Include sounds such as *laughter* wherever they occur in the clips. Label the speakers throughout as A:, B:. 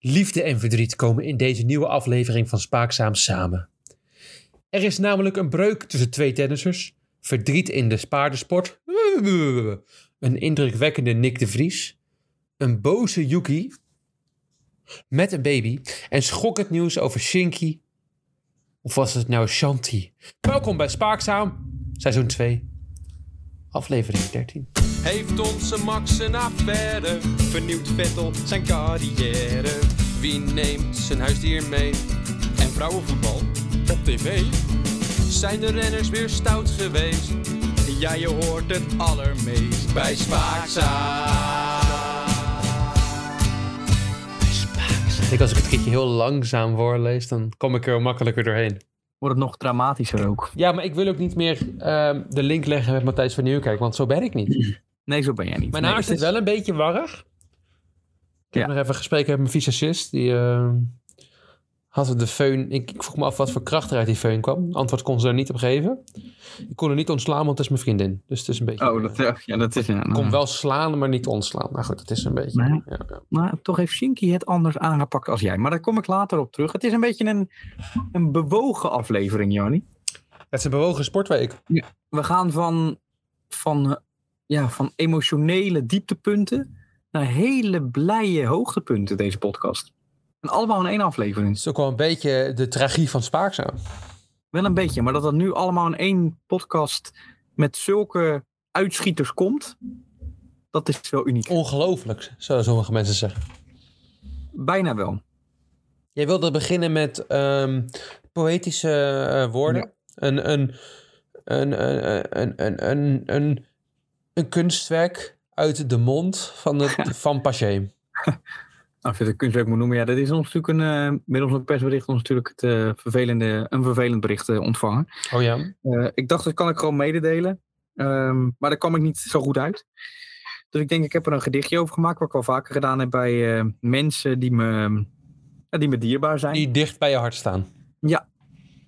A: Liefde en verdriet komen in deze nieuwe aflevering van Spaakzaam samen. Er is namelijk een breuk tussen twee tennissers. Verdriet in de paardensport. Een indrukwekkende Nick de Vries. Een boze Yuki. Met een baby. En schokkend nieuws over Shinky. Of was het nou Shanti? Welkom bij Spaakzaam, seizoen 2, aflevering 13.
B: Heeft onze Max een affaire? Vernieuwt Vettel zijn carrière? Wie neemt zijn huisdier mee? En vrouwenvoetbal op tv? Zijn de renners weer stout geweest? Ja, je hoort het allermeest bij Spaakzaam.
A: Ik denk als ik het kietje heel langzaam voorlees, dan kom ik er makkelijker doorheen.
C: wordt het nog dramatischer ook.
A: Ja, maar ik wil ook niet meer ehm, de link leggen met Matthijs van Nieuwkerk, want zo ben ik niet.
C: Nee, zo ben jij niet.
A: Mijn
C: Nee,
A: haar
C: het
A: zit
C: is-
A: wel een beetje warrig. Ik heb
C: Ja.
A: nog even gesproken met mijn visagist, die ehm, had de föhn... Ik, ik vroeg me af wat voor kracht er uit die föhn kwam. Antwoord kon ze er niet op geven. Ik kon er niet ontslaan, want het is mijn vriendin. Dus het is een beetje...
C: Oh, dat, eh, ja, dat is een.
A: kon wel slaan, maar niet ontslaan. Maar goed, dat is een beetje.
C: Nee.
A: Ja, ja.
C: Maar toch heeft Shinky het anders aangepakt als jij. Maar daar kom ik later op terug. Het is een beetje een, een bewogen aflevering, Joni.
A: Het is een bewogen sportweek.
C: We gaan van, van, eh, ja, van emotionele dieptepunten naar hele blije hoogtepunten deze podcast. En allemaal in één
A: Het
C: aflevering.
A: is ook wel een beetje de tragie van Spaakzaam.
C: Wel een beetje, maar dat dat nu allemaal in één podcast met zulke uitschieters komt, dat is wel uniek.
A: Ongelooflijk, zouden sommige mensen zeggen.
C: Bijna wel.
A: Jij wilde beginnen met ehm, poëtische eh, woorden. Een, een, een, een, een, een, een, een, een kunstwerk uit de mond van, *laughs* het, van Paché.
C: Als je Nou, het een kunstwerk moet noemen, ja, dat is ons natuurlijk een, eh, middels een persbericht ons natuurlijk het, eh, vervelende, een vervelend bericht eh, ontvangen.
A: Oh ja?
C: Eh, ik dacht, dat kan ik gewoon mededelen, Ehm, maar daar kwam ik niet zo goed uit. Dus ik denk, ik heb er een gedichtje over gemaakt, wat ik wel vaker gedaan heb bij eh, mensen die me, ja, die me dierbaar zijn.
A: Die dicht bij je hart staan.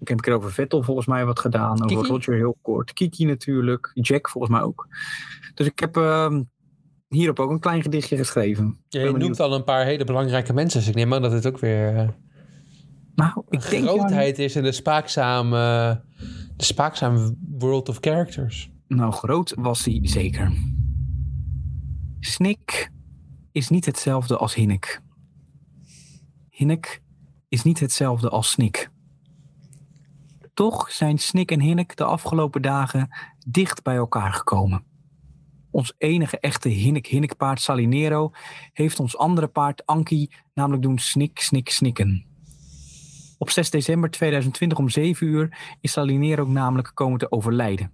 C: Ik heb een keer over Vettel volgens mij wat gedaan. Over
A: Kiki?
C: Roger heel kort. Kiki natuurlijk. Jack volgens mij ook. Dus ik heb ehm, hierop ook een klein gedichtje geschreven.
A: Je
C: ben
A: noemt
C: benieuwd.
A: al een paar hele belangrijke mensen. Dus ik neem aan dat het ook weer... eh,
C: Nou, ik denk... Jani-
A: grootheid is en de spaakzame, eh, de spaakzame world of characters.
C: Nou, groot was hij zeker. Snik is niet hetzelfde als hinnik. Hinnik is niet hetzelfde als snik. Toch zijn snik en hinnik de afgelopen dagen dicht bij elkaar gekomen. Ons enige echte hinnik-hinnikpaard Salinero heeft ons andere paard Anki namelijk doen snik, snik, snikken. Op 6 december 2020 om 7 uur is Salinero namelijk komen te overlijden.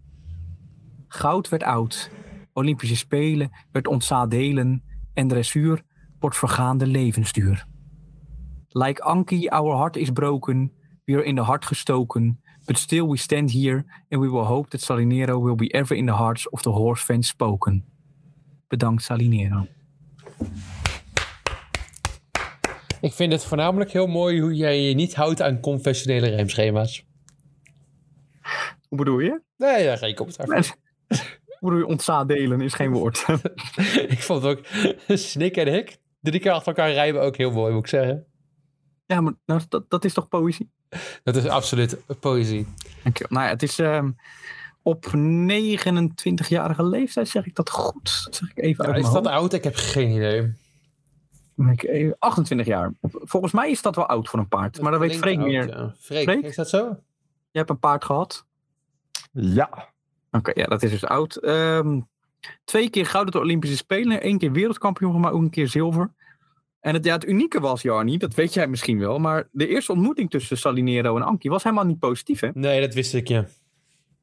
C: Goud werd oud. Olympische Spelen werd ontzadelen. En dressuur wordt vergaande levensduur. Like Anki, our heart is broken. We are in the heart gestoken. But still we stand here and we will hope that Salinero will be ever in the hearts of the horse fans spoken. Bedankt Salinero.
A: Ik vind het voornamelijk heel mooi hoe jij je niet houdt aan conventionele rijmschema's.
C: Hoe bedoel *laughs* je?
A: Nee, daar ga ik op daar.
C: Hoe bedoel je ontzadelen is geen *laughs* woord.
A: *laughs* Ik vond ook Snik en Hik drie keer achter elkaar rijmen ook heel mooi, moet ik zeggen.
C: ja, maar nou, dat, dat is toch poëzie?
A: Dat is absoluut poëzie.
C: Dankjewel. Nou ja, het is ehm, op 29-jarige leeftijd, zeg ik dat goed? Dat zeg ik even uit
A: is
C: mijn
A: dat
C: hoofd.
A: oud? Ik heb geen idee.
C: Moet ik even- 28 jaar. Volgens mij is dat wel oud voor een paard. Maar dat weet Freek meer.
A: Freek,
C: Freek?
A: is dat zo?
C: Je hebt een paard gehad.
D: Ja.
C: Oké, ja, dat is dus oud. Ehm, twee keer goud op de Olympische Spelen. één keer wereldkampioen, maar ook een keer zilver. En het, ja, het unieke was, Jarni, dat weet jij misschien wel. Maar de eerste ontmoeting tussen Salinero en Anki was helemaal niet positief, hè?
A: Nee, dat wist ik, ja.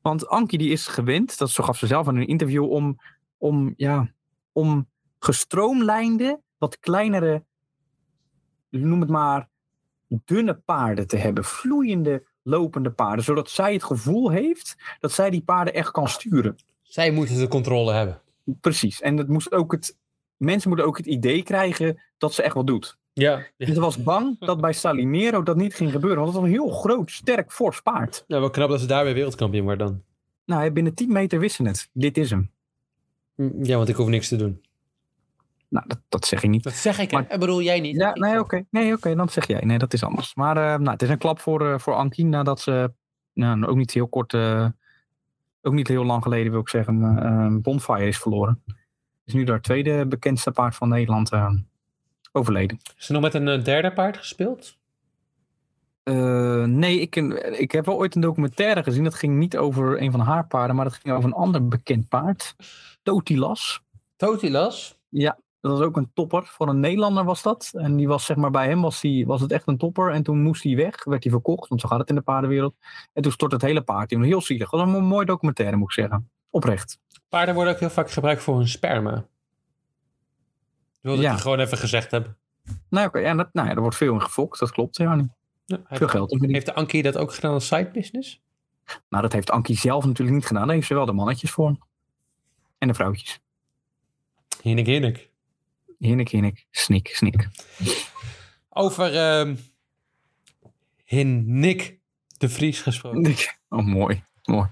C: Want Ankie die is gewend, dat zo gaf ze zelf aan in een interview, om, om, ja, om gestroomlijnde, wat kleinere, noem het maar, dunne paarden te hebben. Vloeiende, lopende paarden. Zodat zij het gevoel heeft dat zij die paarden echt kan sturen.
A: Zij moeten de controle hebben.
C: Precies. En dat moest ook het, mensen moeten ook het idee krijgen dat ze echt wat doet.
A: Ja.
C: En ze was bang dat bij Salinero dat niet ging gebeuren. Want het was een heel groot, sterk, fors paard.
A: Nou, wel knap dat ze daarmee wereldkampioen worden dan.
C: Nou,
A: Mm,
C: hè, binnen 10 meter wisten het. Dit is hem.
A: Ja, want ik hoef niks te doen.
C: Nou, dat, dat zeg ik niet.
A: Dat zeg ik. hè.
C: Maar-
A: Ik bedoel jij niet.
C: Ja,
A: Ik
C: nee,
A: wel.
C: oké. Nee, oké, dan zeg jij. Nee, dat is anders. Maar eh, nou, het is een klap voor, eh voor Ankien nadat ze, nou, ook niet heel kort, eh, ook niet heel lang geleden wil ik zeggen, eh, een Bonfire is verloren. Is nu haar tweede bekendste paard van Nederland eh, overleden.
A: Is er nog met een eh, derde paard gespeeld?
C: Eh, nee, ik, ik heb wel ooit een documentaire gezien. Dat ging niet over een van haar paarden, maar dat ging over een ander bekend paard. Totilas.
A: Totilas.
C: Dat was ook een topper. Voor een Nederlander was dat. En die was zeg maar bij hem was, die, was het echt een topper. En toen moest hij weg, werd hij verkocht. Want zo gaat het in de paardenwereld. En toen stort het hele paard in. Heel zielig. Dat was een mooi documentaire moet ik zeggen. Oprecht.
A: Paarden worden ook heel vaak gebruikt voor hun sperma. Dat wilde
C: Ja.
A: ik je gewoon even gezegd hebben.
C: Nou, oké, ja, dat, nou ja, er wordt veel in gefokt. Dat klopt helemaal niet.
A: Ja,
C: Veel
A: heeft,
C: geld. om verdiend.
A: heeft de Ankie dat ook gedaan als side business?
C: Nou, dat heeft Ankie zelf natuurlijk niet gedaan. Daar heeft ze wel de mannetjes voor. En de vrouwtjes.
A: Hinnik, hinnik.
C: Hinnik, hinnik. Snik, snik. *laughs*
A: Over ehm Hinnik de Vries gesproken. *laughs*
C: Oh, mooi. Mooi.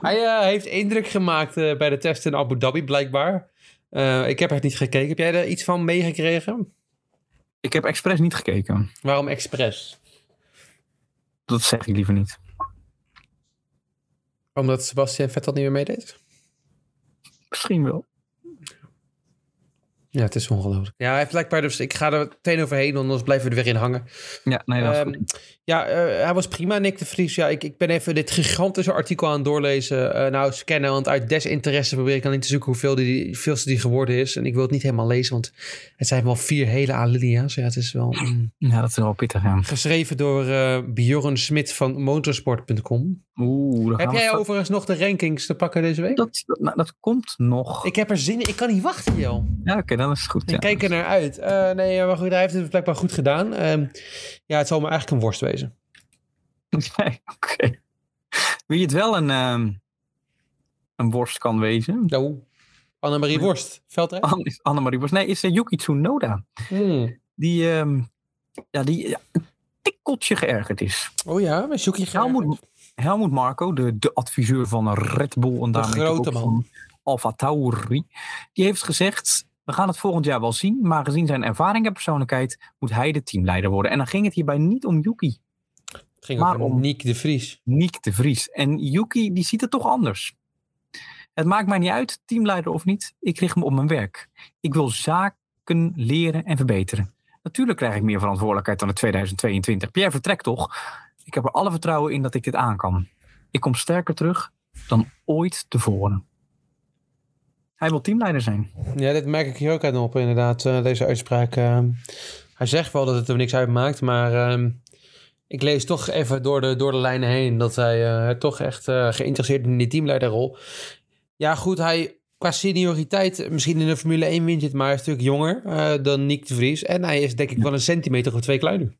A: Hij eh, heeft indruk gemaakt eh, bij de test in Abu Dhabi, blijkbaar. Eh, ik heb echt niet gekeken. Heb jij er iets van meegekregen?
C: Ik heb expres niet gekeken.
A: Waarom expres?
C: Dat zeg ik liever niet.
A: Omdat Sebastian Vettel niet meer meedeed?
C: Misschien wel.
A: Ja, het is ongelooflijk. Ja, hij heeft blijkbaar dus... Ik ga er meteen overheen, anders blijven we er weer in hangen.
C: Ja, nee, dat is
A: Ehm, ja, eh, hij was prima, Nick de Vries. Ja, ik, ik ben even dit gigantische artikel aan het doorlezen. Eh, nou, scannen, want uit desinteresse probeer ik alleen te zoeken hoeveel die, veelste die geworden is. En ik wil het niet helemaal lezen, want het zijn wel vier hele alinea's. Ja, het is
C: *laughs*
A: wel... mm.
C: ja, dat is wel pittig. Ja.
A: Geschreven door eh Bjorn Smit van motorsport.com.
C: Oeh,
A: Heb
C: daar gaan we
A: jij
C: straks-
A: overigens nog de rankings te pakken deze week?
C: Dat, dat, nou, dat komt nog.
A: Ik heb er zin in. Ik kan niet wachten, joh.
C: ja, oké, dan is het goed. Ja.
A: Ik kijk er naar uit. Eh, nee, maar goed, hij heeft het blijkbaar goed gedaan. Ehm, ja, het zal me eigenlijk een worst wezen.
C: Nee, oké. Wie het wel een, ehm, een worst kan wezen,
A: Nou, Annemarie Worst. Veldrijden?
C: Anne- is Annemarie Worst. Nee, is eh, Yuki Tsunoda.
A: Hmm.
C: Die, ehm, ja, die ja, een tikkeltje geërgerd is.
A: Oh ja, met Sjoekie
C: Helmoet, Helmoet Marco, de, de adviseur van Red Bull en daarmee
A: grote
C: ook
A: man.
C: van Alfa Tauri, die heeft gezegd: we gaan het volgend jaar wel zien, maar gezien zijn ervaring en persoonlijkheid moet hij de teamleider worden. En dan ging het hierbij niet om Yuki,
A: Het ging
C: Maar
A: over
C: om-
A: Niek de Vries.
C: Niek de Vries. En Yuki, die ziet het toch anders. Het maakt mij niet uit, teamleider of niet, ik richt me op mijn werk. Ik wil zaken leren en verbeteren. Natuurlijk krijg ik meer verantwoordelijkheid dan in 2022. Pierre vertrekt toch? Ik heb er alle vertrouwen in dat ik dit aan kan. Ik kom sterker terug dan ooit tevoren. Hij wil teamleider zijn.
A: Ja, dit merk ik hier ook aan op, inderdaad, eh, deze uitspraak. ehm. hij zegt wel dat het er niks uitmaakt, maar ehm, ik lees toch even door de, door de lijnen heen dat hij eh, toch echt eh, geïnteresseerd is in die teamleiderrol. Ja, goed, hij qua senioriteit, misschien in de Formule 1 wint hij het, maar hij is natuurlijk jonger eh, dan Nick de Vries. En hij is denk ik wel een centimeter of twee kleiner.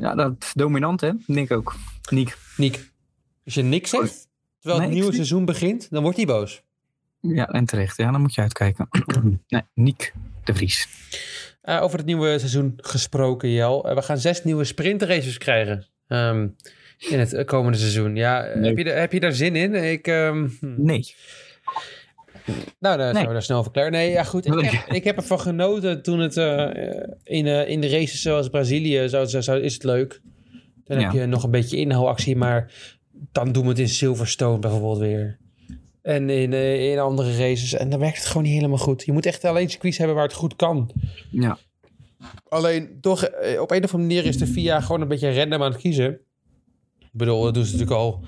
C: Ja, dat is dominant, hè? Nick ook. Nick.
A: Nick, als je niks zegt, terwijl
C: Nee,
A: het
C: ik
A: nieuwe
C: zie-
A: seizoen begint, dan wordt hij boos.
C: Ja, en terecht. Ja, dan moet je uitkijken. *clears throat* nee, Nick de Vries.
A: Eh, over het nieuwe seizoen gesproken, Jel. Eh, we gaan zes nieuwe sprintraces krijgen ehm, in het eh, komende seizoen. Ja, eh,
C: Nee.
A: heb, je, daar- heb je daar zin in? Ik, ehm, hm.
C: Nee.
A: Nou, dan zijn
C: Nee.
A: we daar snel voor klaar. Nee, ja goed. Ik
C: Nee.
A: heb, ik heb ervan genoten toen het eh, eh, in, eh, in de races zoals Brazilië, zo, zo, zo is het leuk. Dan heb
C: Ja.
A: je nog een beetje inhaalactie, maar dan doen we het in Silverstone bijvoorbeeld weer. En in, eh, in andere races. En dan werkt het gewoon niet helemaal goed. Je moet echt alleen circuits hebben waar het goed kan.
C: Ja.
A: Alleen toch, eh, op een of andere manier is de VIA gewoon een beetje random aan het kiezen. Ik bedoel, dat doen ze natuurlijk al.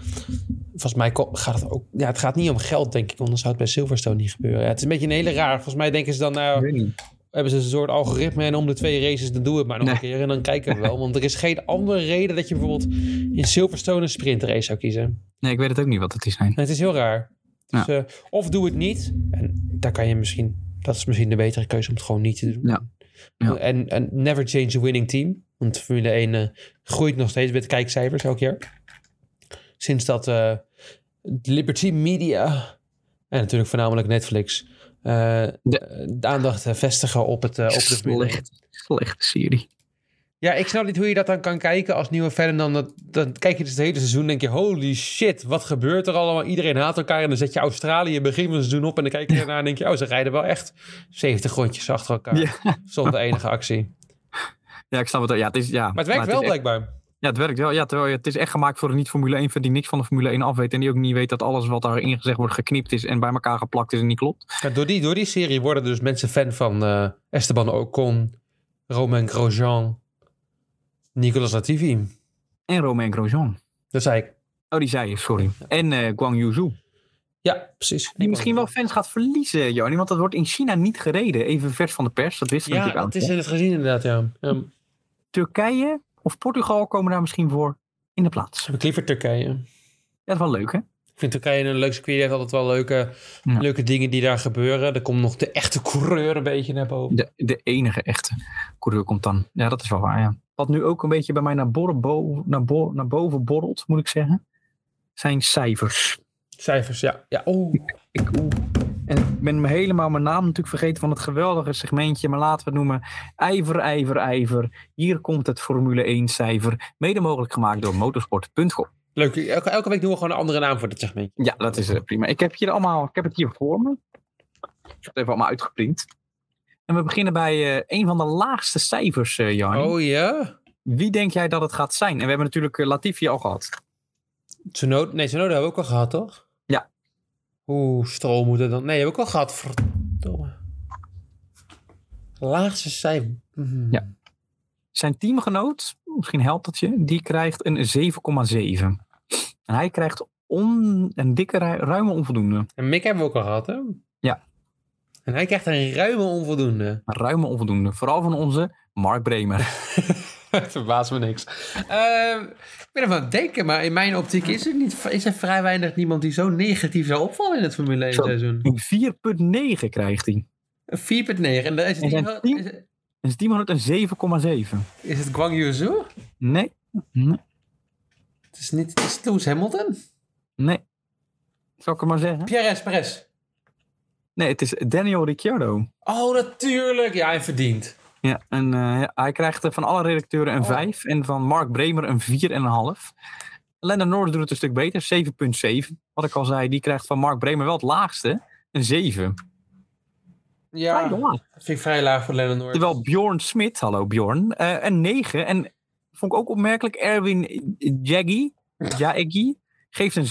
A: Volgens mij ko- gaat het ook. Ja, het gaat niet om geld, denk ik. Anders zou het bij Silverstone niet gebeuren. Ja, het is een beetje een hele raar. Volgens mij denken ze dan.
C: Ik
A: Nou,
C: weet niet.
A: hebben ze een soort algoritme. En om de twee races, dan doen we het maar nog een keer. En dan kijken we wel. Want er is geen andere reden dat je bijvoorbeeld in Silverstone een sprintrace zou kiezen.
C: Nee, ik weet het ook niet wat het is. Nee.
A: En het is heel raar. Dus,
C: Ja.
A: eh, of doe het niet. En daar kan je misschien. Dat is misschien de betere keuze om het gewoon niet te doen.
C: Ja. Ja.
A: En, en never change a winning team. Want Formule 1 eh, groeit nog steeds met kijkcijfers elk jaar. Sinds dat eh, Liberty Media en natuurlijk voornamelijk Netflix eh, de, aandacht eh, vestigen op, het, eh, op de Formule 1.
C: slechte serie.
A: Ja, ik snap niet hoe je dat dan kan kijken als nieuwe fan. En dan, dat, dan kijk je dus het hele seizoen en denk je... Holy shit, wat gebeurt er allemaal? Iedereen haat elkaar. En dan zet je Australië begin van het seizoen op. En dan kijk je ernaar en denk je... Oh, ze rijden wel echt 70 rondjes achter elkaar. Zonder enige actie.
C: Ja, ik snap het. wel. Ja, het is, ja,
A: Maar het werkt wel
C: is echt-
A: blijkbaar.
C: ja, het werkt wel. Ja, terwijl je- het is echt gemaakt voor een niet-Formule 1 fan die niks van de Formule 1 af weet. En die ook niet weet dat alles wat daarin gezegd wordt geknipt is en bij elkaar geplakt is en niet klopt.
A: Ja, door, die, door die serie worden dus mensen fan van eh, Esteban Ocon, Romain Grosjean, Nicolas Latifi.
C: En Romain Grosjean.
A: Dat zei ik.
C: Oh, die zei je, sorry. En eh Guang Yuzhou.
A: Ja, precies.
C: Die misschien wel fans gaat verliezen, Joni. Want dat wordt in China niet gereden. Even vers van de pers, dat wisten we
A: Ja,
C: natuurlijk
A: dat
C: al.
A: is in het gezien inderdaad, ja. ja
C: Turkije of Portugal komen daar misschien voor in de plaats. Ja,
A: ik liever Turkije.
C: dat is wel leuk, hè?
A: Ik vind Turkije een leuk circuit. Die heeft altijd wel leuke,
C: Ja.
A: leuke dingen die daar gebeuren. Er komt nog de echte coureur een beetje naar boven.
C: De, de enige echte coureur komt dan. Ja, dat is wel waar, ja. Wat nu ook een beetje bij mij naar, boren, bo- naar, bo- naar boven borrelt, moet ik zeggen, zijn cijfers.
A: Cijfers, ja. ja. Oh,
C: Ik, oeh. en ik ben me helemaal mijn naam natuurlijk vergeten van het geweldige segmentje, maar laten we het noemen ijver, ijver, ijver. Hier komt het Formule 1 cijfer, mede mogelijk gemaakt door motorsport.com.
A: leuk. Elke, elke week doen we gewoon een andere naam voor dit segment.
C: Ja, dat is eh, prima. Ik heb, hier allemaal, ik heb het hier voor me. Ik heb het even allemaal uitgeprint. En we beginnen bij eh, een van de laagste cijfers, eh Jan.
A: Oh ja?
C: Wie denk jij dat het gaat zijn? En we hebben natuurlijk eh, Latifi al gehad.
A: Tsunoda, nee, Tsunoda hebben we ook al gehad, toch?
C: Ja.
A: Oeh, Stroll moet het dan... Nee, hebben we ook al gehad. Verdomme. Laagste cijfer. Mhm.
C: Ja. Zijn teamgenoot, misschien helpt dat je, die krijgt een 7,7. En hij krijgt on, een dikke, ru- ruime onvoldoende.
A: En Mick hebben we ook al gehad, hè?
C: Ja.
A: En hij krijgt een ruime onvoldoende.
C: Een ruime onvoldoende. Vooral van onze Mark Bremer. *laughs*
A: *laughs* Het verbaast me niks. Ehm, ik ben ervan aan het denken, maar in mijn optiek is er, niet, is er vrij weinig niemand die zo negatief zou opvallen in het Formule 1
C: Zo.
A: seizoen.
C: Een 4,9 krijgt hij.
A: 4,9. En daar is het,
C: En zijn
A: niet-
C: team?
A: is het,
C: En zijn teamgenoot een 7,7.
A: is het Guang Yuzu?
C: Nee, nee,
A: Het is niet het is Lewis Hamilton.
C: nee. Zal ik het maar zeggen?
A: Pierre Espress.
C: Nee, het is Daniel Ricciardo.
A: Oh, natuurlijk. Ja, hij verdient.
C: Ja, en eh, hij krijgt eh, van alle redacteuren
A: Oh.
C: een 5 en van Mark Bremer een 4,5. Lennon Norris doet het een stuk beter, 7,7. Wat ik al zei, die krijgt van Mark Bremer wel het laagste, een 7.
A: Ja,
C: Vrij laag.
A: dat vind ik vrij laag voor Lennon Norris.
C: Terwijl Bjorn Smit, hallo Bjorn, eh, een 9. En vond ik ook opmerkelijk, Erwin Jaggi, Jaeggi, geeft een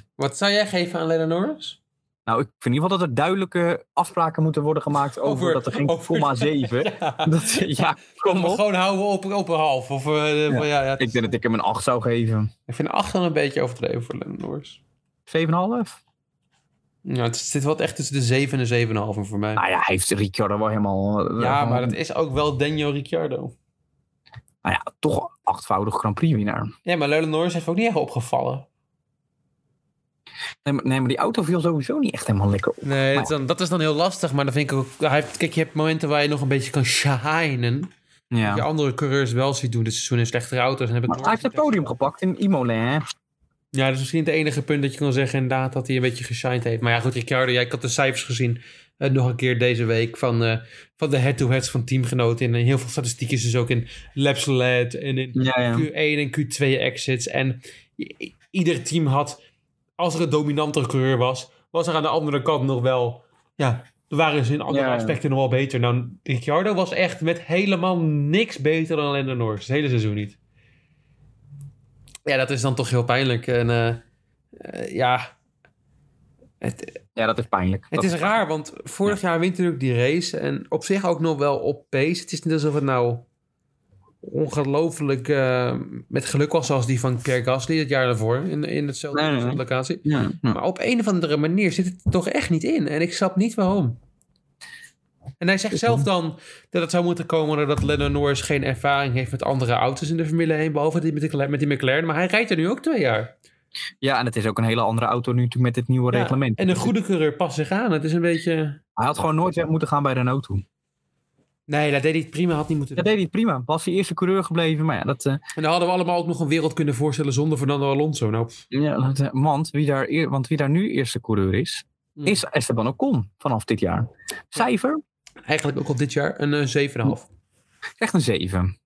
C: 7,7.
A: Wat zou jij geven aan Lennon Norris?
C: Nou, ik vind in ieder geval dat er duidelijke afspraken moeten worden gemaakt over,
A: Over-
C: dat er geen
A: over- *laughs*
C: komma 7. Dat, ja, kom op.
A: Gewoon houden op, op een half. Of, eh, de- ja. Ja,
C: Ik denk dat ik hem een 8 zou geven.
A: ik vind 8 dan een beetje overdreven voor Lennon Norris.
C: 7,5?
A: Nou, het zit wel echt tussen de 7 en de 7,5 voor mij.
C: Nou ja, hij heeft Ricciardo wel helemaal. eh,
A: ja,
C: helemaal-
A: maar dat is ook wel Daniel Ricciardo.
C: Nou ja, toch achtvoudig Grand Prix winnaar.
A: Ja, maar Leulen Norris heeft ook niet echt opgevallen.
C: Nee, maar- nee, maar die auto viel sowieso niet echt helemaal lekker op.
A: Nee, dat is dan, dat is dan heel lastig. Maar dan vind ik ook... Hij heeft, kijk, je hebt momenten waar je nog een beetje kan shinen.
C: Ja.
A: Die andere coureurs wel ziet doen dit seizoen in slechtere auto's. En heb ik
C: Maar hij heeft het podium gepakt in Imola. Hè?
A: Ja, dat is misschien het enige punt dat je kan zeggen inderdaad dat hij een beetje geshined heeft. Maar ja, goed, Ricciardo, ja, ik had de cijfers gezien eh, nog een keer deze week van, eh, van de head-to-heads van teamgenoten. En in heel veel statistieken is dus ook in laps led en in
C: Ja, ja.
A: Q1 en Q2 exits. En i- i- ieder team had, als er een dominantere coureur was, was er aan de andere kant nog wel, ja, er waren ze in andere
C: Ja, ja.
A: aspecten nog wel beter. Nou, Ricciardo was echt met helemaal niks beter dan Lando Norris. Het hele seizoen niet. Ja, dat is dan toch heel pijnlijk. En eh, eh, ja, het,
C: Ja, dat is pijnlijk.
A: het
C: Dat-
A: is raar, want vorig jaar wint hij ook die race. En op zich ook nog wel op pace. Het is niet alsof het nou ongelooflijk eh, met geluk was zoals die van Pierre Gasly het jaar daarvoor. In, in hetzelfde
C: Nee, nee,
A: dezelfde
C: nee.
A: locatie.
C: Ja, ja.
A: Maar op een of andere manier zit het er toch echt niet in. En ik snap niet waarom. En hij zegt zelf dan dat het zou moeten komen doordat Lennon Norris geen ervaring heeft met andere auto's in de Formule 1, behalve die met, de, met die McLaren. Maar hij rijdt er nu ook twee jaar.
C: ja, en het is ook een hele andere auto nu natuurlijk met dit nieuwe
A: Ja,
C: reglement.
A: En een goede coureur past zich aan. Het is een beetje...
C: Hij had gewoon nooit weg moeten gaan bij Renault toe.
A: Nee, dat deed hij het prima, had niet moeten
C: Dat
A: doen.
C: deed hij prima. Was hij eerste coureur gebleven. Maar ja, dat, eh,
A: En dan hadden we allemaal ook nog een wereld kunnen voorstellen zonder Fernando Alonso. Nou, pff.
C: ja, dat, eh, want, wie daar, eer- want wie daar nu eerste coureur is,
A: Mm.
C: is Esteban Ocon vanaf dit jaar. Cijfer
A: eigenlijk ook al dit jaar een eh, 7,5.
C: Echt een 7.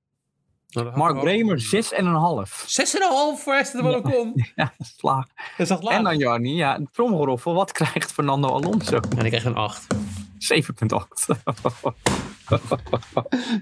A: Nou,
C: Mark Bremer 6,5.
A: 6,5 voor Aston
C: *laughs*
A: Walcon.
C: Ja, slaag.
A: Dat is echt laag.
C: En dan Jarni, ja, tromgeroffel. Wat krijgt Fernando Alonso? 7,8.
A: En ik krijg een 8. *laughs*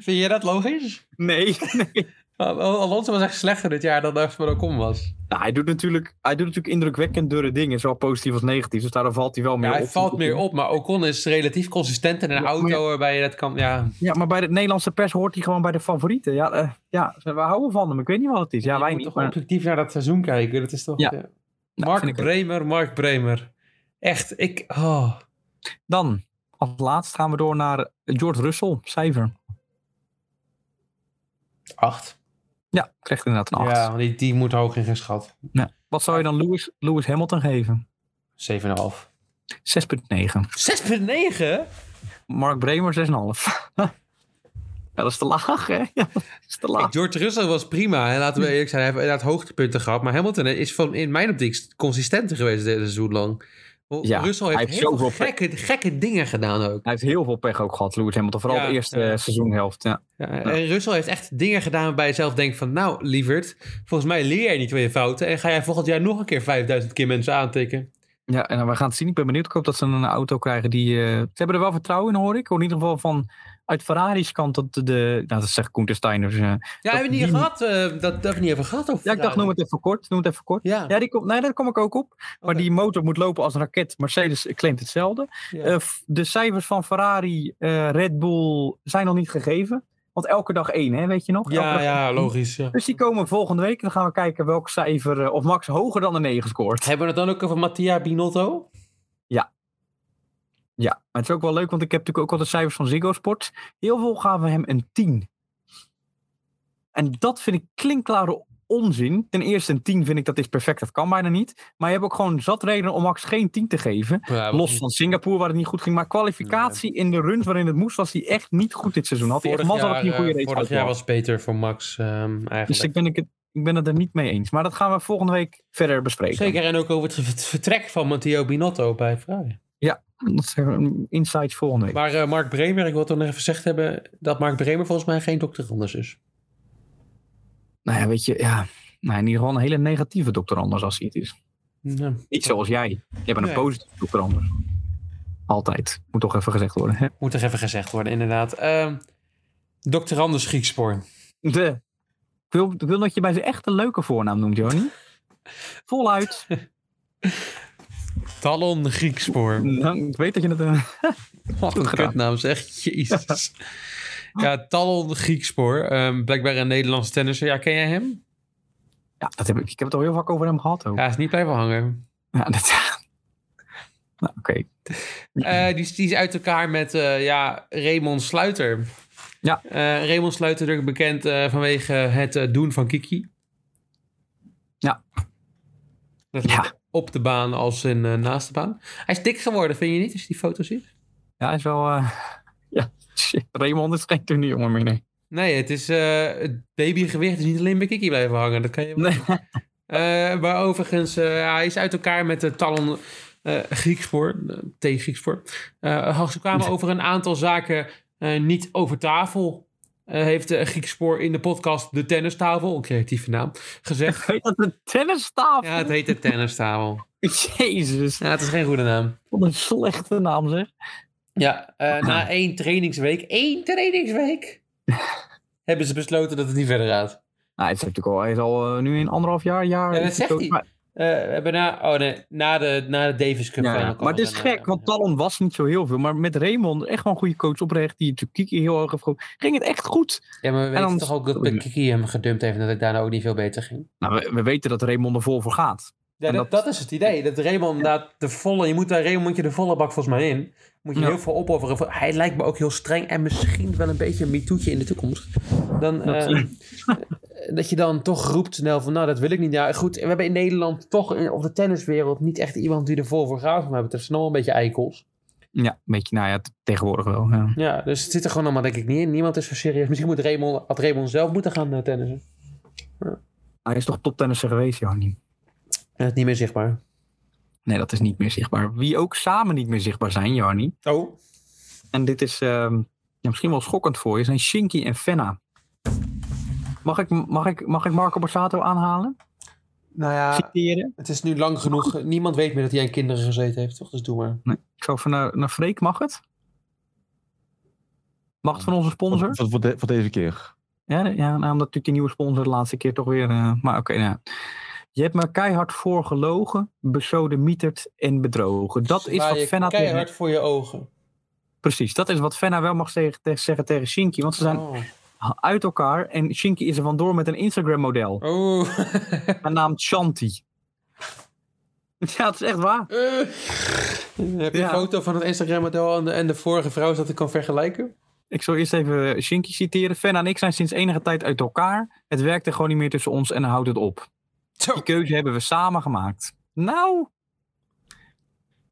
A: Vind je dat logisch?
C: nee, nee.
A: Al- Al- Alonso was echt slechter dit jaar dan Aston Walcon was.
C: Nou, hij, doet natuurlijk, hij doet natuurlijk indrukwekkend dure dingen, zowel positief als negatief. Dus daardoor valt hij wel meer
A: Ja,
C: op.
A: hij valt meer op, maar Ocon is relatief consistent in een
C: Ja, maar ja-
A: auto waarbij je dat kan... Ja,
C: Ja, maar bij de Nederlandse pers hoort hij gewoon bij de favorieten. Ja, eh, ja, we houden van hem. Ik weet niet wat het is. Ja,
A: je
C: wij
A: moet
C: niet.
A: toch
C: maar-
A: objectief naar dat seizoen kijken. Dat is toch...
C: Ja.
A: ja.
C: Nou,
A: Mark
C: vind ik het.
A: Bremer, Mark Bremer. Echt, ik... Oh.
C: Dan, als laatst gaan we door naar George Russell, cijfer.
A: 8.
C: Ja, krijgt inderdaad een 8.
A: Ja, want die, die moet hoog in geschat.
C: Wat zou je dan Lewis, Lewis Hamilton geven?
A: 7,5.
C: 6,9.
A: 6,9?
C: Mark Bremer 6,5. *laughs* ja, dat is te laag, hè? Ja, dat is te laag.
A: Kijk, George Russell was prima. En laten we eerlijk zijn, hij heeft inderdaad hoogtepunten gehad. Maar Hamilton is van, in mijn optiek consistenter geweest dit seizoen lang. Want
C: Ja,
A: Russell
C: hij
A: heeft,
C: heeft
A: heel veel
C: zoveel pe-
A: gekke, gekke dingen gedaan ook.
C: Hij heeft heel veel pech ook gehad, Lewis Hamilton. Vooral
A: Ja,
C: de eerste
A: ja.
C: eh, seizoenhelft. Ja.
A: Ja, en Russell heeft echt dingen gedaan waarbij je zelf denkt van... Nou, lieverd, volgens mij leer jij niet van je fouten... en ga jij volgend jaar nog een keer 5000 keer mensen aantikken.
C: Ja, en we gaan het zien. Ik ben benieuwd. Ik hoop dat ze een auto krijgen die... eh, ze hebben er wel vertrouwen in, hoor ik. Hoor In ieder geval van... Uit Ferrari's kant dat de... Nou, dat zegt Koen Testijn. Dus, eh,
A: Ja, hebben we niet
C: die-
A: gehad? eh, dat dat hebben we niet even gehad? Of
C: ja, ik dacht, noem het even kort. Noem het even kort.
A: Ja,
C: Ja, die komt, nee, daar kom ik ook op. Maar
A: Oké.
C: die motor moet lopen als een raket. Mercedes claimt hetzelfde.
A: ja.
C: Eh, f- de cijfers van Ferrari, eh, Red Bull zijn nog niet gegeven. Want elke dag één, hè, weet je nog? Elke
A: ja,
C: dag
A: ja,
C: één.
A: logisch. ja.
C: Dus die komen volgende week. Dan gaan we kijken welk cijfer, eh, of Max hoger dan een 9 scoort.
A: Hebben we het dan ook over Mattia Binotto?
C: Ja, maar het is ook wel leuk, want ik heb natuurlijk ook al de cijfers van Ziggo Sport. Heel veel gaven hem een 10. En dat vind ik klinkklare onzin. Ten eerste een 10 vind ik dat is perfect, dat kan bijna niet. Maar je hebt ook gewoon zat redenen om Max geen 10 te geven. Los van Singapore, waar het niet goed ging. Maar kwalificatie in de runs waarin het moest, was hij echt niet goed dit seizoen. Had hij echt
A: Vorig
C: mazzel dat
A: jaar,
C: hij een goede
A: eh,
C: race
A: vorig
C: had.
A: jaar was beter voor Max ehm, eigenlijk.
C: Dus ik ben, ik, het- ik ben het er niet mee eens. Maar dat gaan we volgende week verder bespreken.
A: Zeker, en ook over het ver- het vertrek van Matteo Binotto bij Ferrari.
C: Dat eh, zijn we- insights volgende week.
A: Maar eh, Mark Bremer, ik wil toch nog even gezegd hebben... dat Mark Bremer volgens mij geen dokter anders is.
C: Nou ja, weet je, ja. Nou, in ieder geval een hele negatieve dokter anders als hij het is.
A: Ja.
C: Niet zoals jij. Jij bent een
A: Nee.
C: positieve dokter anders. Altijd. Moet toch even gezegd worden. hè?
A: Moet toch even gezegd worden, inderdaad. Ehm Dr. Anders Griekspoor.
C: De. Ik wil, ik wil dat je bij zijn echt een leuke voornaam noemt, Johnny. Voluit.
A: Talon Griekspoor.
C: Nou, ik weet dat je het... eh, *laughs*
A: Wat een
C: gedaan.
A: kutnaam zeg. Jezus. ja, Talon Griekspoor. ehm, blijkbaar een Nederlandse tennisser. Ja, ken jij hem?
C: Ja, dat heb ik, ik heb het al heel vaak over hem gehad ook.
A: Ja, hij is niet blijven hangen.
C: Ja, dat... *laughs* Nou, Oké.
A: Eh, die, is- die is uit elkaar met eh, ja, Raymond Sluiter.
C: Ja.
A: Eh, Raymond Sluiter, natuurlijk bekend eh, vanwege het eh, doen van Kiki.
C: Ja.
A: Dat
C: Ja.
A: ligt Op de baan als in eh, naast de baan. Hij is dik geworden, vind je niet, als je die foto ziet?
C: Ja, hij is wel... eh, *laughs* Ja, shit. Raymond is geen nu jongen meer, nee.
A: Nee, het is eh, het babygewicht is niet alleen bij Kiki blijven hangen. Dat kan je wel.
C: Nee. *laughs*
A: Eh, maar overigens, eh, hij is uit elkaar met de Talon eh Griekspoor, eh, T. Griekspoor. Eh, ze kwamen over een aantal zaken eh, niet over tafel. Eh, heeft eh, Griekspoor in de podcast De Tennistafel, een creatieve naam, gezegd.
C: Weet dat de tennisstaaf?
A: Ja, het heet De Tennistafel.
C: *laughs* Jezus,
A: Ja, het is geen goede naam.
C: wat een slechte naam zeg.
A: Ja, eh, na één trainingsweek, één trainingsweek, hebben ze besloten dat het niet verder gaat.
C: Nou, hij is natuurlijk al, hij is al eh, nu in anderhalf jaar, jaar.
A: Ja, dat
C: is hij
A: zegt
C: zo-
A: hij. Eh, we hebben na, oh nee, na de, na de Davis Cup.
C: Ja,
A: final
C: ja.
A: kwam
C: Maar het is
A: dan,
C: gek,
A: eh,
C: want Talon was niet zo heel veel. Maar met Raymond, echt wel een goede coach oprecht, die natuurlijk Kiki heel erg heeft geholpen, ging het echt goed.
A: Ja, maar we weten
C: dan-
A: toch ook dat Kiki hem gedumpt heeft en dat het daarna ook niet veel beter ging.
C: Nou, we, we weten dat Raymond er vol voor gaat.
A: Ja,
C: En
A: dat, dat is het idee. Dat Raymond inderdaad de volle... Je moet daar Raymond je de volle bak volgens mij in. Moet je
C: Ja.
A: heel veel opofferen. Voor- Hij lijkt me ook heel streng en misschien wel een beetje een mitoetje in de toekomst. Dan,
C: Dat- *laughs*
A: eh, dat je dan toch roept snel van, nou dat wil ik niet. Ja goed, we hebben in Nederland toch in, op de tenniswereld niet echt iemand die er vol voor gaat. Maar het is nog wel een beetje eikels.
C: Ja, een beetje, nou ja, t- tegenwoordig wel. Ja.
A: Ja, dus het zit er gewoon allemaal denk ik niet in. Niemand is zo serieus. Misschien moet Raymond, had Raymond zelf moeten gaan eh, tennissen.
C: Hij is toch toptennisser geweest, Jannie?
A: En het niet meer zichtbaar.
C: Nee, dat is niet meer zichtbaar. Wie ook samen niet meer zichtbaar zijn, Jannie.
A: Oh,
C: En dit is ehm, ja, misschien wel schokkend voor je. Zijn Shinky en Fenna. Mag ik, mag ik, mag ik Marco Borsato aanhalen?
A: Nou ja,
C: Citeren?
A: het is nu lang genoeg. Niemand weet meer dat hij aan kinderen gezeten heeft, toch? Dus doe maar.
C: Ik zou van naar, naar Freek, mag het? Mag het van onze sponsor?
D: Voor, voor, de- voor deze keer.
C: Ja, ja nou, omdat natuurlijk die nieuwe sponsor de laatste keer toch weer. eh, maar oké, nou. Je hebt me keihard voor gelogen, besodemieterd en bedrogen. Dat is
A: Zwaai
C: wat
A: je
C: Fenna tegen-
A: keihard voor je ogen.
C: Precies, dat is wat Fenna wel mag zeggen, te- zeggen tegen Shinky. Want ze zijn
A: Oh.
C: uit elkaar en Shinky is er vandoor met een
A: *laughs*
C: Instagram-model.
A: Oh.
C: Genaamd Shanti. Ja, dat is echt waar.
A: Eh. Heb je
C: Ja.
A: een foto van het Instagram-model en de, en de vorige vrouw zodat ik kan vergelijken?
C: Ik zal eerst even Shinky citeren. Fenna en ik zijn sinds enige tijd uit elkaar. Het werkte gewoon niet meer tussen ons en houdt het op.
A: Zo.
C: Die keuze hebben we samen gemaakt. Nou.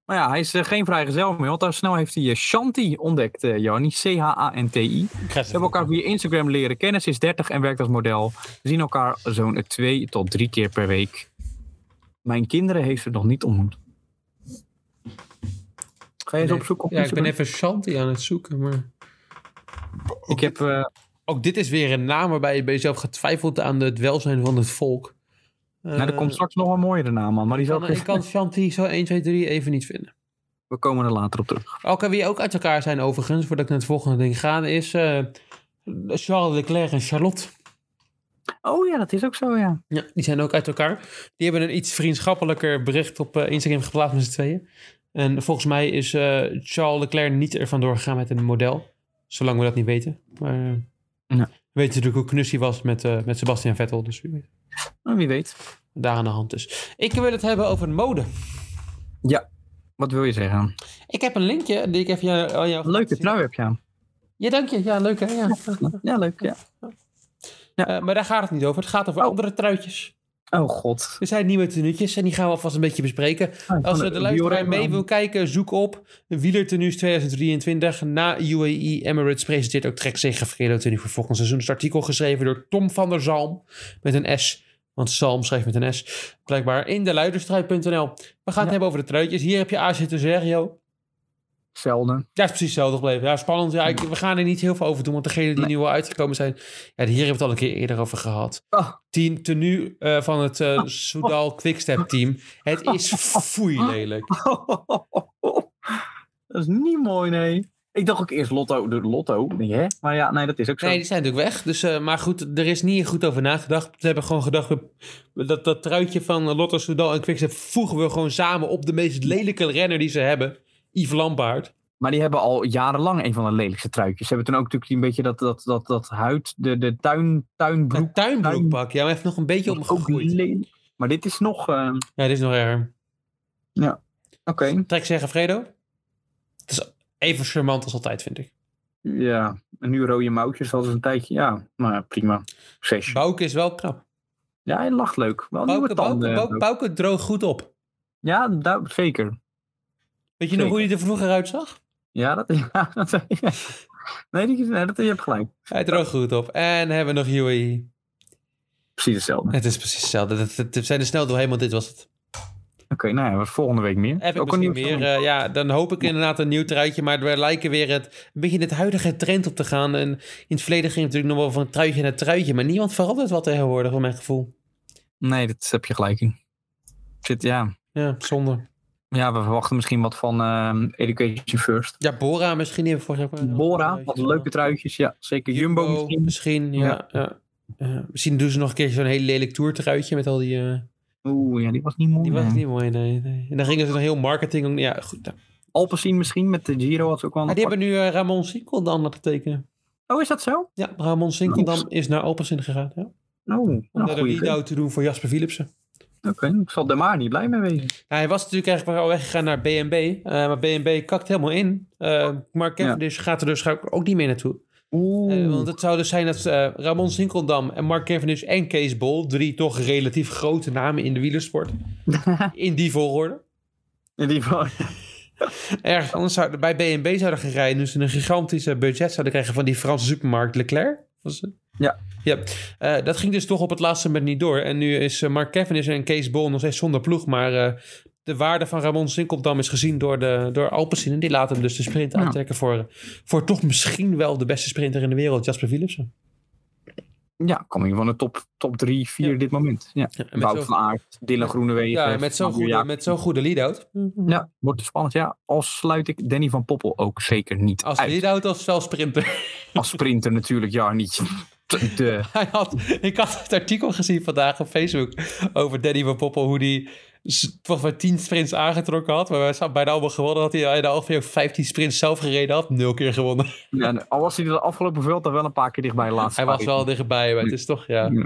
C: Maar ja, hij is eh, geen vrijgezel meer. Want al snel heeft hij eh, Shanti ontdekt, eh Jani. C-H-A-N-T-I. Ze
A: Ik ga ze
C: hebben elkaar via Instagram leren kennen. Ze is 30 en werkt als model. Ze zien elkaar zo'n eh, twee tot drie keer per week. Mijn kinderen heeft ze nog niet ontmoet. Ga je eens
A: Nee.
C: opzoeken op
A: Ja, ik ben
C: Instagram?
A: even Shanti aan het zoeken, maar...
C: Ik heb... eh,
A: Ook dit is weer een naam waarbij je bij jezelf gaat twijfelt aan het welzijn van het volk.
C: nou, er komt straks nog een mooiere naam aan. Maar die
A: ik,
C: zal
A: kan, ik kan Shanti zo 1, 2, 3 even niet vinden.
C: We komen er later op terug.
A: Ook wie ook uit elkaar zijn overigens, voordat ik naar het volgende ding ga, is eh, Charles Leclerc en Charlotte.
C: Oh ja, dat is ook zo, ja.
A: Ja, die zijn ook uit elkaar. Die hebben een iets vriendschappelijker bericht op eh, Instagram geplaatst met z'n tweeën. En volgens mij is eh, Charles Leclerc niet ervan doorgegaan met een model. Zolang we dat niet weten. Maar eh,
C: Ja.
A: we weten natuurlijk hoe knus hij was met, eh, met Sebastian Vettel. Dus wie weet.
C: Nou, wie weet.
A: daar aan de hand is. Ik wil het hebben over mode.
C: Wat wil je zeggen?
A: Ik heb een linkje die ik even jou- aan jou...
C: Leuke trui heb je aan.
A: Ja, dank je. Ja, leuk hè. Ja.
C: *laughs* Ja, leuk. Ja.
A: Eh, maar daar gaat het niet over. Het gaat over
C: Oh.
A: andere truitjes.
C: Oh god.
A: Er zijn nieuwe tenuutjes en die gaan we alvast een beetje bespreken. Als eh, de luisteraar mee wil kijken, zoek op wielertenues 2023. Na UAE Emirates presenteert ook Trek Segafredo tenue voor volgend seizoen. Het artikel geschreven door Tom van der Zalm met een S. Want Zalm schrijft met een S. Blijkbaar in de luiderstrijd.nl. We gaan het
C: Ja.
A: hebben over de truitjes. Hier heb je AC te zeggen, joh.
C: Zelden.
A: Ja, is precies hetzelfde gebleven. Ja, spannend. Ja, ik- we gaan er niet heel veel over doen, want degenen die
C: Nee.
A: nu al uitgekomen zijn, ja, hier hebben we het al een keer eerder over gehad.
C: Oh. *laughs*
A: Team tenue eh, van het eh Soudal Quickstep team. Het is foei lelijk.
C: dat is niet mooi, nee. Ik dacht ook eerst Lotto. De Lotto. Nee, hè? Maar ja, nee, dat is ook zo.
A: Nee, die zijn natuurlijk weg. Dus, eh, maar goed, er is niet goed over nagedacht. Ze hebben gewoon gedacht, we- dat, dat truitje van Lotto Soudal en Quickstep voegen we gewoon samen op de meest lelijke renner die ze hebben. Yves Lampaard.
C: Maar die hebben al jarenlang een van de lelijkste truitjes. Ze hebben toen ook natuurlijk een beetje dat, dat, dat, dat huid, de, de tuin, tuinbroek.
A: Een tuinbroekpak. Ja, maar hij heeft nog een beetje op me
C: Ook
A: gegroeid.
C: lelijk. Maar dit is nog... eh, Oké.
A: Ja, dit is nog erger. Trek zeggen, Fredo. Het is even charmant als altijd, vind ik.
C: Ja. En nu rode mouwtjes. Dat is een tijdje. Ja, maar prima. Zes.
A: Bouke is wel knap.
C: Ja, hij lacht leuk. Wel nieuwe
A: Bouke, Bouke,
C: tanden.
A: Bouke, Bouke droog goed op.
C: Ja, daar- zeker.
A: Weet je nog
C: Zeker.
A: hoe hij er vroeger uitzag?
C: Ja, dat *laughs* is. Ja, dat, nee, die, nee, dat, je hebt gelijk.
A: Hij droog goed op. En hebben we nog UAE.
C: Precies hetzelfde. Oké,
A: Het is precies hetzelfde. Het, het- het zijn er snel doorheen, want dit was het.
C: nou ja, wat volgende week meer.
A: Heb ik
C: een
A: misschien
C: nieuwe
A: meer.
C: film.
A: eh, ja, dan hoop ik inderdaad een nieuw truitje. Maar er lijken weer het, een beetje het huidige trend op te gaan. En in het verleden ging het natuurlijk nog wel van truitje naar truitje. Maar niemand verandert wat tegenwoordig, voor mijn gevoel. eh,
C: Nee, dat heb je gelijk in. Zit, ja.
A: Ja, zonde.
C: ja, we verwachten misschien wat van ehm, Education First.
A: Ja, Bora misschien. Die hebben we vorig jaar-
C: Bora, wat
A: eh,
C: leuke truitjes. Ja, zeker. Jumbo, misschien.
A: ja. ja. Ja. misschien doen ze nog een keer zo'n heel lelijk toertruitje met al die... eh,
C: Oeh, ja, die was niet mooi.
A: die was
C: nee.
A: niet mooi, nee, nee. En dan gingen ze nog heel marketing... Ja, goed. nou.
C: Alpecin misschien, met de Giro had ze ook wel een
A: Maar die
C: apart-
A: hebben nu eh, Ramon Sinkeldam laten tekenen.
C: Oh, is dat zo?
A: Ja, Ramon Sinkeldam is naar Alpecin gegaan. Ja.
C: Oh, nou,
A: Om daar de
C: goeie idee.
A: lead-out te doen voor Jasper Philipsen.
C: Oké, ik zal daar maar niet blij mee wezen.
A: Nou, hij was natuurlijk eigenlijk al weggegaan naar BNB. eh, maar BNB kakt helemaal in. Eh Mark
C: Ja.
A: Cavendish gaat er dus ook niet meer naartoe.
C: Oeh.
A: Eh, want het zou dus zijn dat eh, Ramon Sinkeldam en Mark Cavendish en Kees Bol... drie toch relatief grote namen in de
C: *laughs*
A: wielersport... in die volgorde...
C: In ieder geval. *laughs*
A: Ergens anders zou, bij BNB zouden gaan rijden. Dus een gigantische budget zouden krijgen van die Franse supermarkt Leclerc. Was het?
C: Ja.
A: ja. Eh, dat ging dus toch op het laatste moment niet door. En nu is eh, Mark Cavendish en Kees Bol nog steeds zonder ploeg. Maar eh, de waarde van Ramon Sinkeldam is gezien door, de, door Alpecin. En die laat hem dus de sprint
C: Ja.
A: aantrekken voor, voor toch misschien wel de beste sprinter in de wereld, Jasper Philipsen.
C: Ja, coming van de top, top drie, vier
A: Ja.
C: dit moment. Ja.
A: Ja, en met
C: Wout
A: zo'n-
C: van Aert, Dylan Groenewegen.
A: Ja, met zo'n
C: Fabio
A: goede,
C: Jacobs.
A: met zo'n goede lead-out.
C: Ja, wordt het spannend. Ja, al sluit ik Danny van Poppel ook zeker niet
A: Als
C: uit.
A: lead-out als wel sprinter.
C: Als sprinter natuurlijk, ja, niet.
A: *laughs*
C: De, de-
A: Hij had, ik had het artikel gezien vandaag op Facebook over Danny van Poppel, hoe die s- volgens mij 10 sprints aangetrokken had, maar wij zaten bijna allemaal gewonnen had. Hij had ongeveer ook 15 sprints zelf gereden had, nul keer gewonnen.
C: ja, al was hij de afgelopen veld dan wel een paar keer dichtbij de laatste
A: Hij was
C: paar
A: wel dichtbij, maar het is toch, ja.
C: Ja.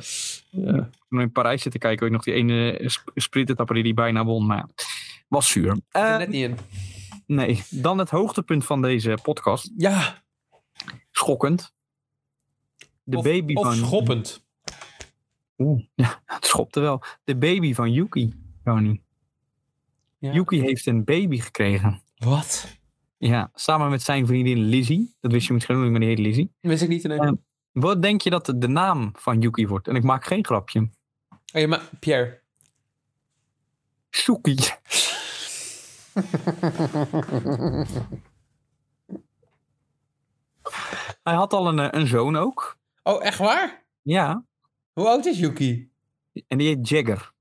A: ja.
C: toen in Parijs zitten kijken, weet ik nog die ene eh, sp- sprintetappe die hij bijna won. Maar ja, was zuur.
A: Zit
C: Eh,
A: er net niet in.
C: nee, dan het hoogtepunt van deze podcast.
A: Ja,
C: Schokkend. De
A: of,
C: baby
A: of
C: van...
A: schoppend.
C: Oeh, ja, het schopte wel. De baby van Yuki, Joni.
A: Ja.
C: Yuki heeft een baby gekregen.
A: Wat?
C: Ja, samen met zijn vriendin Lizzie. Dat wist je misschien niet, maar die heet Lizzie.
A: Wist ik niet. Nee.
C: Ja. Wat denk je dat de naam van Yuki wordt? En ik maak geen grapje.
A: Oh, ja, maar Pierre. *laughs*
C: Suki. Hij had al een, eh, een zoon ook.
A: Oh, echt waar?
C: Ja.
A: Hoe oud is Yuki?
C: En die heet Jagger.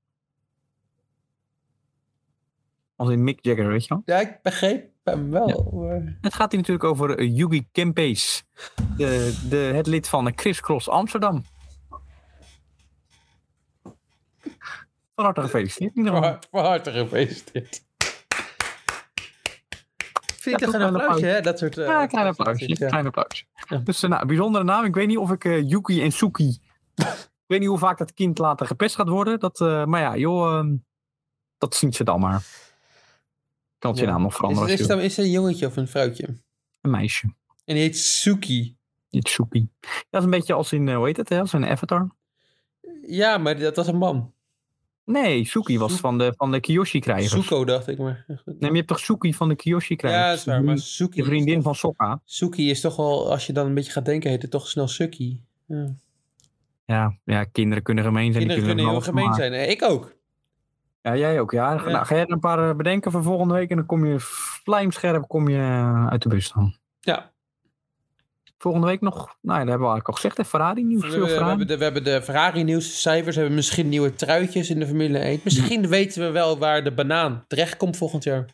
C: Als in Mick Jagger, weet je wel.
A: Ja, ik begreep hem wel. maar-
C: Het gaat hier natuurlijk over eh, Yugi Kempees. De, de, het lid van eh, Criss Cross Amsterdam. Van harte gefeliciteerd. in ieder
A: Van
C: geval.
A: harte- Van harte gefeliciteerd. Vind je
C: Ja,
A: toch een
C: klein
A: applausje, hè? Dat soort... eh,
C: Ja, een klein
A: dat soort
C: applausje.
A: shit, ja.
C: Klein applausje.
A: Ja.
C: Dus eh, nou, bijzondere naam. Ik weet niet of ik eh, Yuki en Suki.
A: *laughs*
C: ik weet niet hoe vaak dat kind later gepest gaat worden. Dat, eh, maar ja, joh, ehm, dat zien ze dan maar. Kan het je
A: Ja.
C: naam nog
A: Is,
C: veranderen?
A: is,
C: Als
A: het
C: je,
A: dan- is het een jongetje of een vrouwtje?
C: een meisje.
A: En die heet Suki.
C: Niet Suki. Dat is een beetje als in, eh, hoe heet het, hè? als in Avatar.
A: Ja, maar dat was een man.
C: Nee, Suki was
A: Su-
C: van de, van de Kiyoshi-krijgers.
A: Suko, dacht ik maar.
C: Nee, maar je hebt toch Suki van de Kiyoshi-krijgers?
A: Ja, dat is waar, maar Suki
C: De
A: is
C: vriendin
A: toch-
C: van Sokka.
A: Suki is toch wel, als je dan een beetje gaat denken, heet het toch snel Suki. Ja.
C: Ja, ja, kinderen kunnen gemeen zijn. die
A: Kinderen kunnen
C: van
A: heel
C: alles
A: gemeen
C: maken.
A: zijn. Eh, Ik ook.
C: Ja, jij ook. Ja. Ga-
A: Ja.
C: Nou, ga jij er een paar eh, bedenken voor volgende week en dan kom je vlijmscherp kom je eh, uit de bus dan.
A: Ja,
C: Volgende week nog, nou ja, dat hebben we eigenlijk al gezegd, hè, Ferrari
A: we
C: nieuws.
A: hebben,
C: veel
A: we
C: Ferrari.
A: hebben de, we hebben de Ferrari nieuwscijfers, we hebben misschien nieuwe truitjes in de Formule 1. Misschien
C: Hm.
A: weten we wel waar de banaan terecht komt volgend jaar.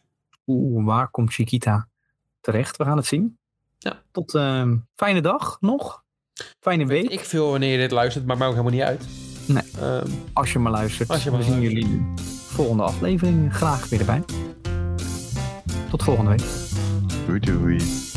C: Oeh, waar komt Chiquita terecht? We gaan het zien.
A: Ja.
C: Tot ehm, fijne dag nog. Fijne week,
A: Ik veel wanneer je dit luistert, maar maakt ook helemaal niet uit.
C: Nee.
A: Ehm,
C: als je maar luistert.
A: Als je maar
C: we zien
A: luistert.
C: jullie volgende aflevering graag weer erbij. Tot volgende week.
D: Doei doei.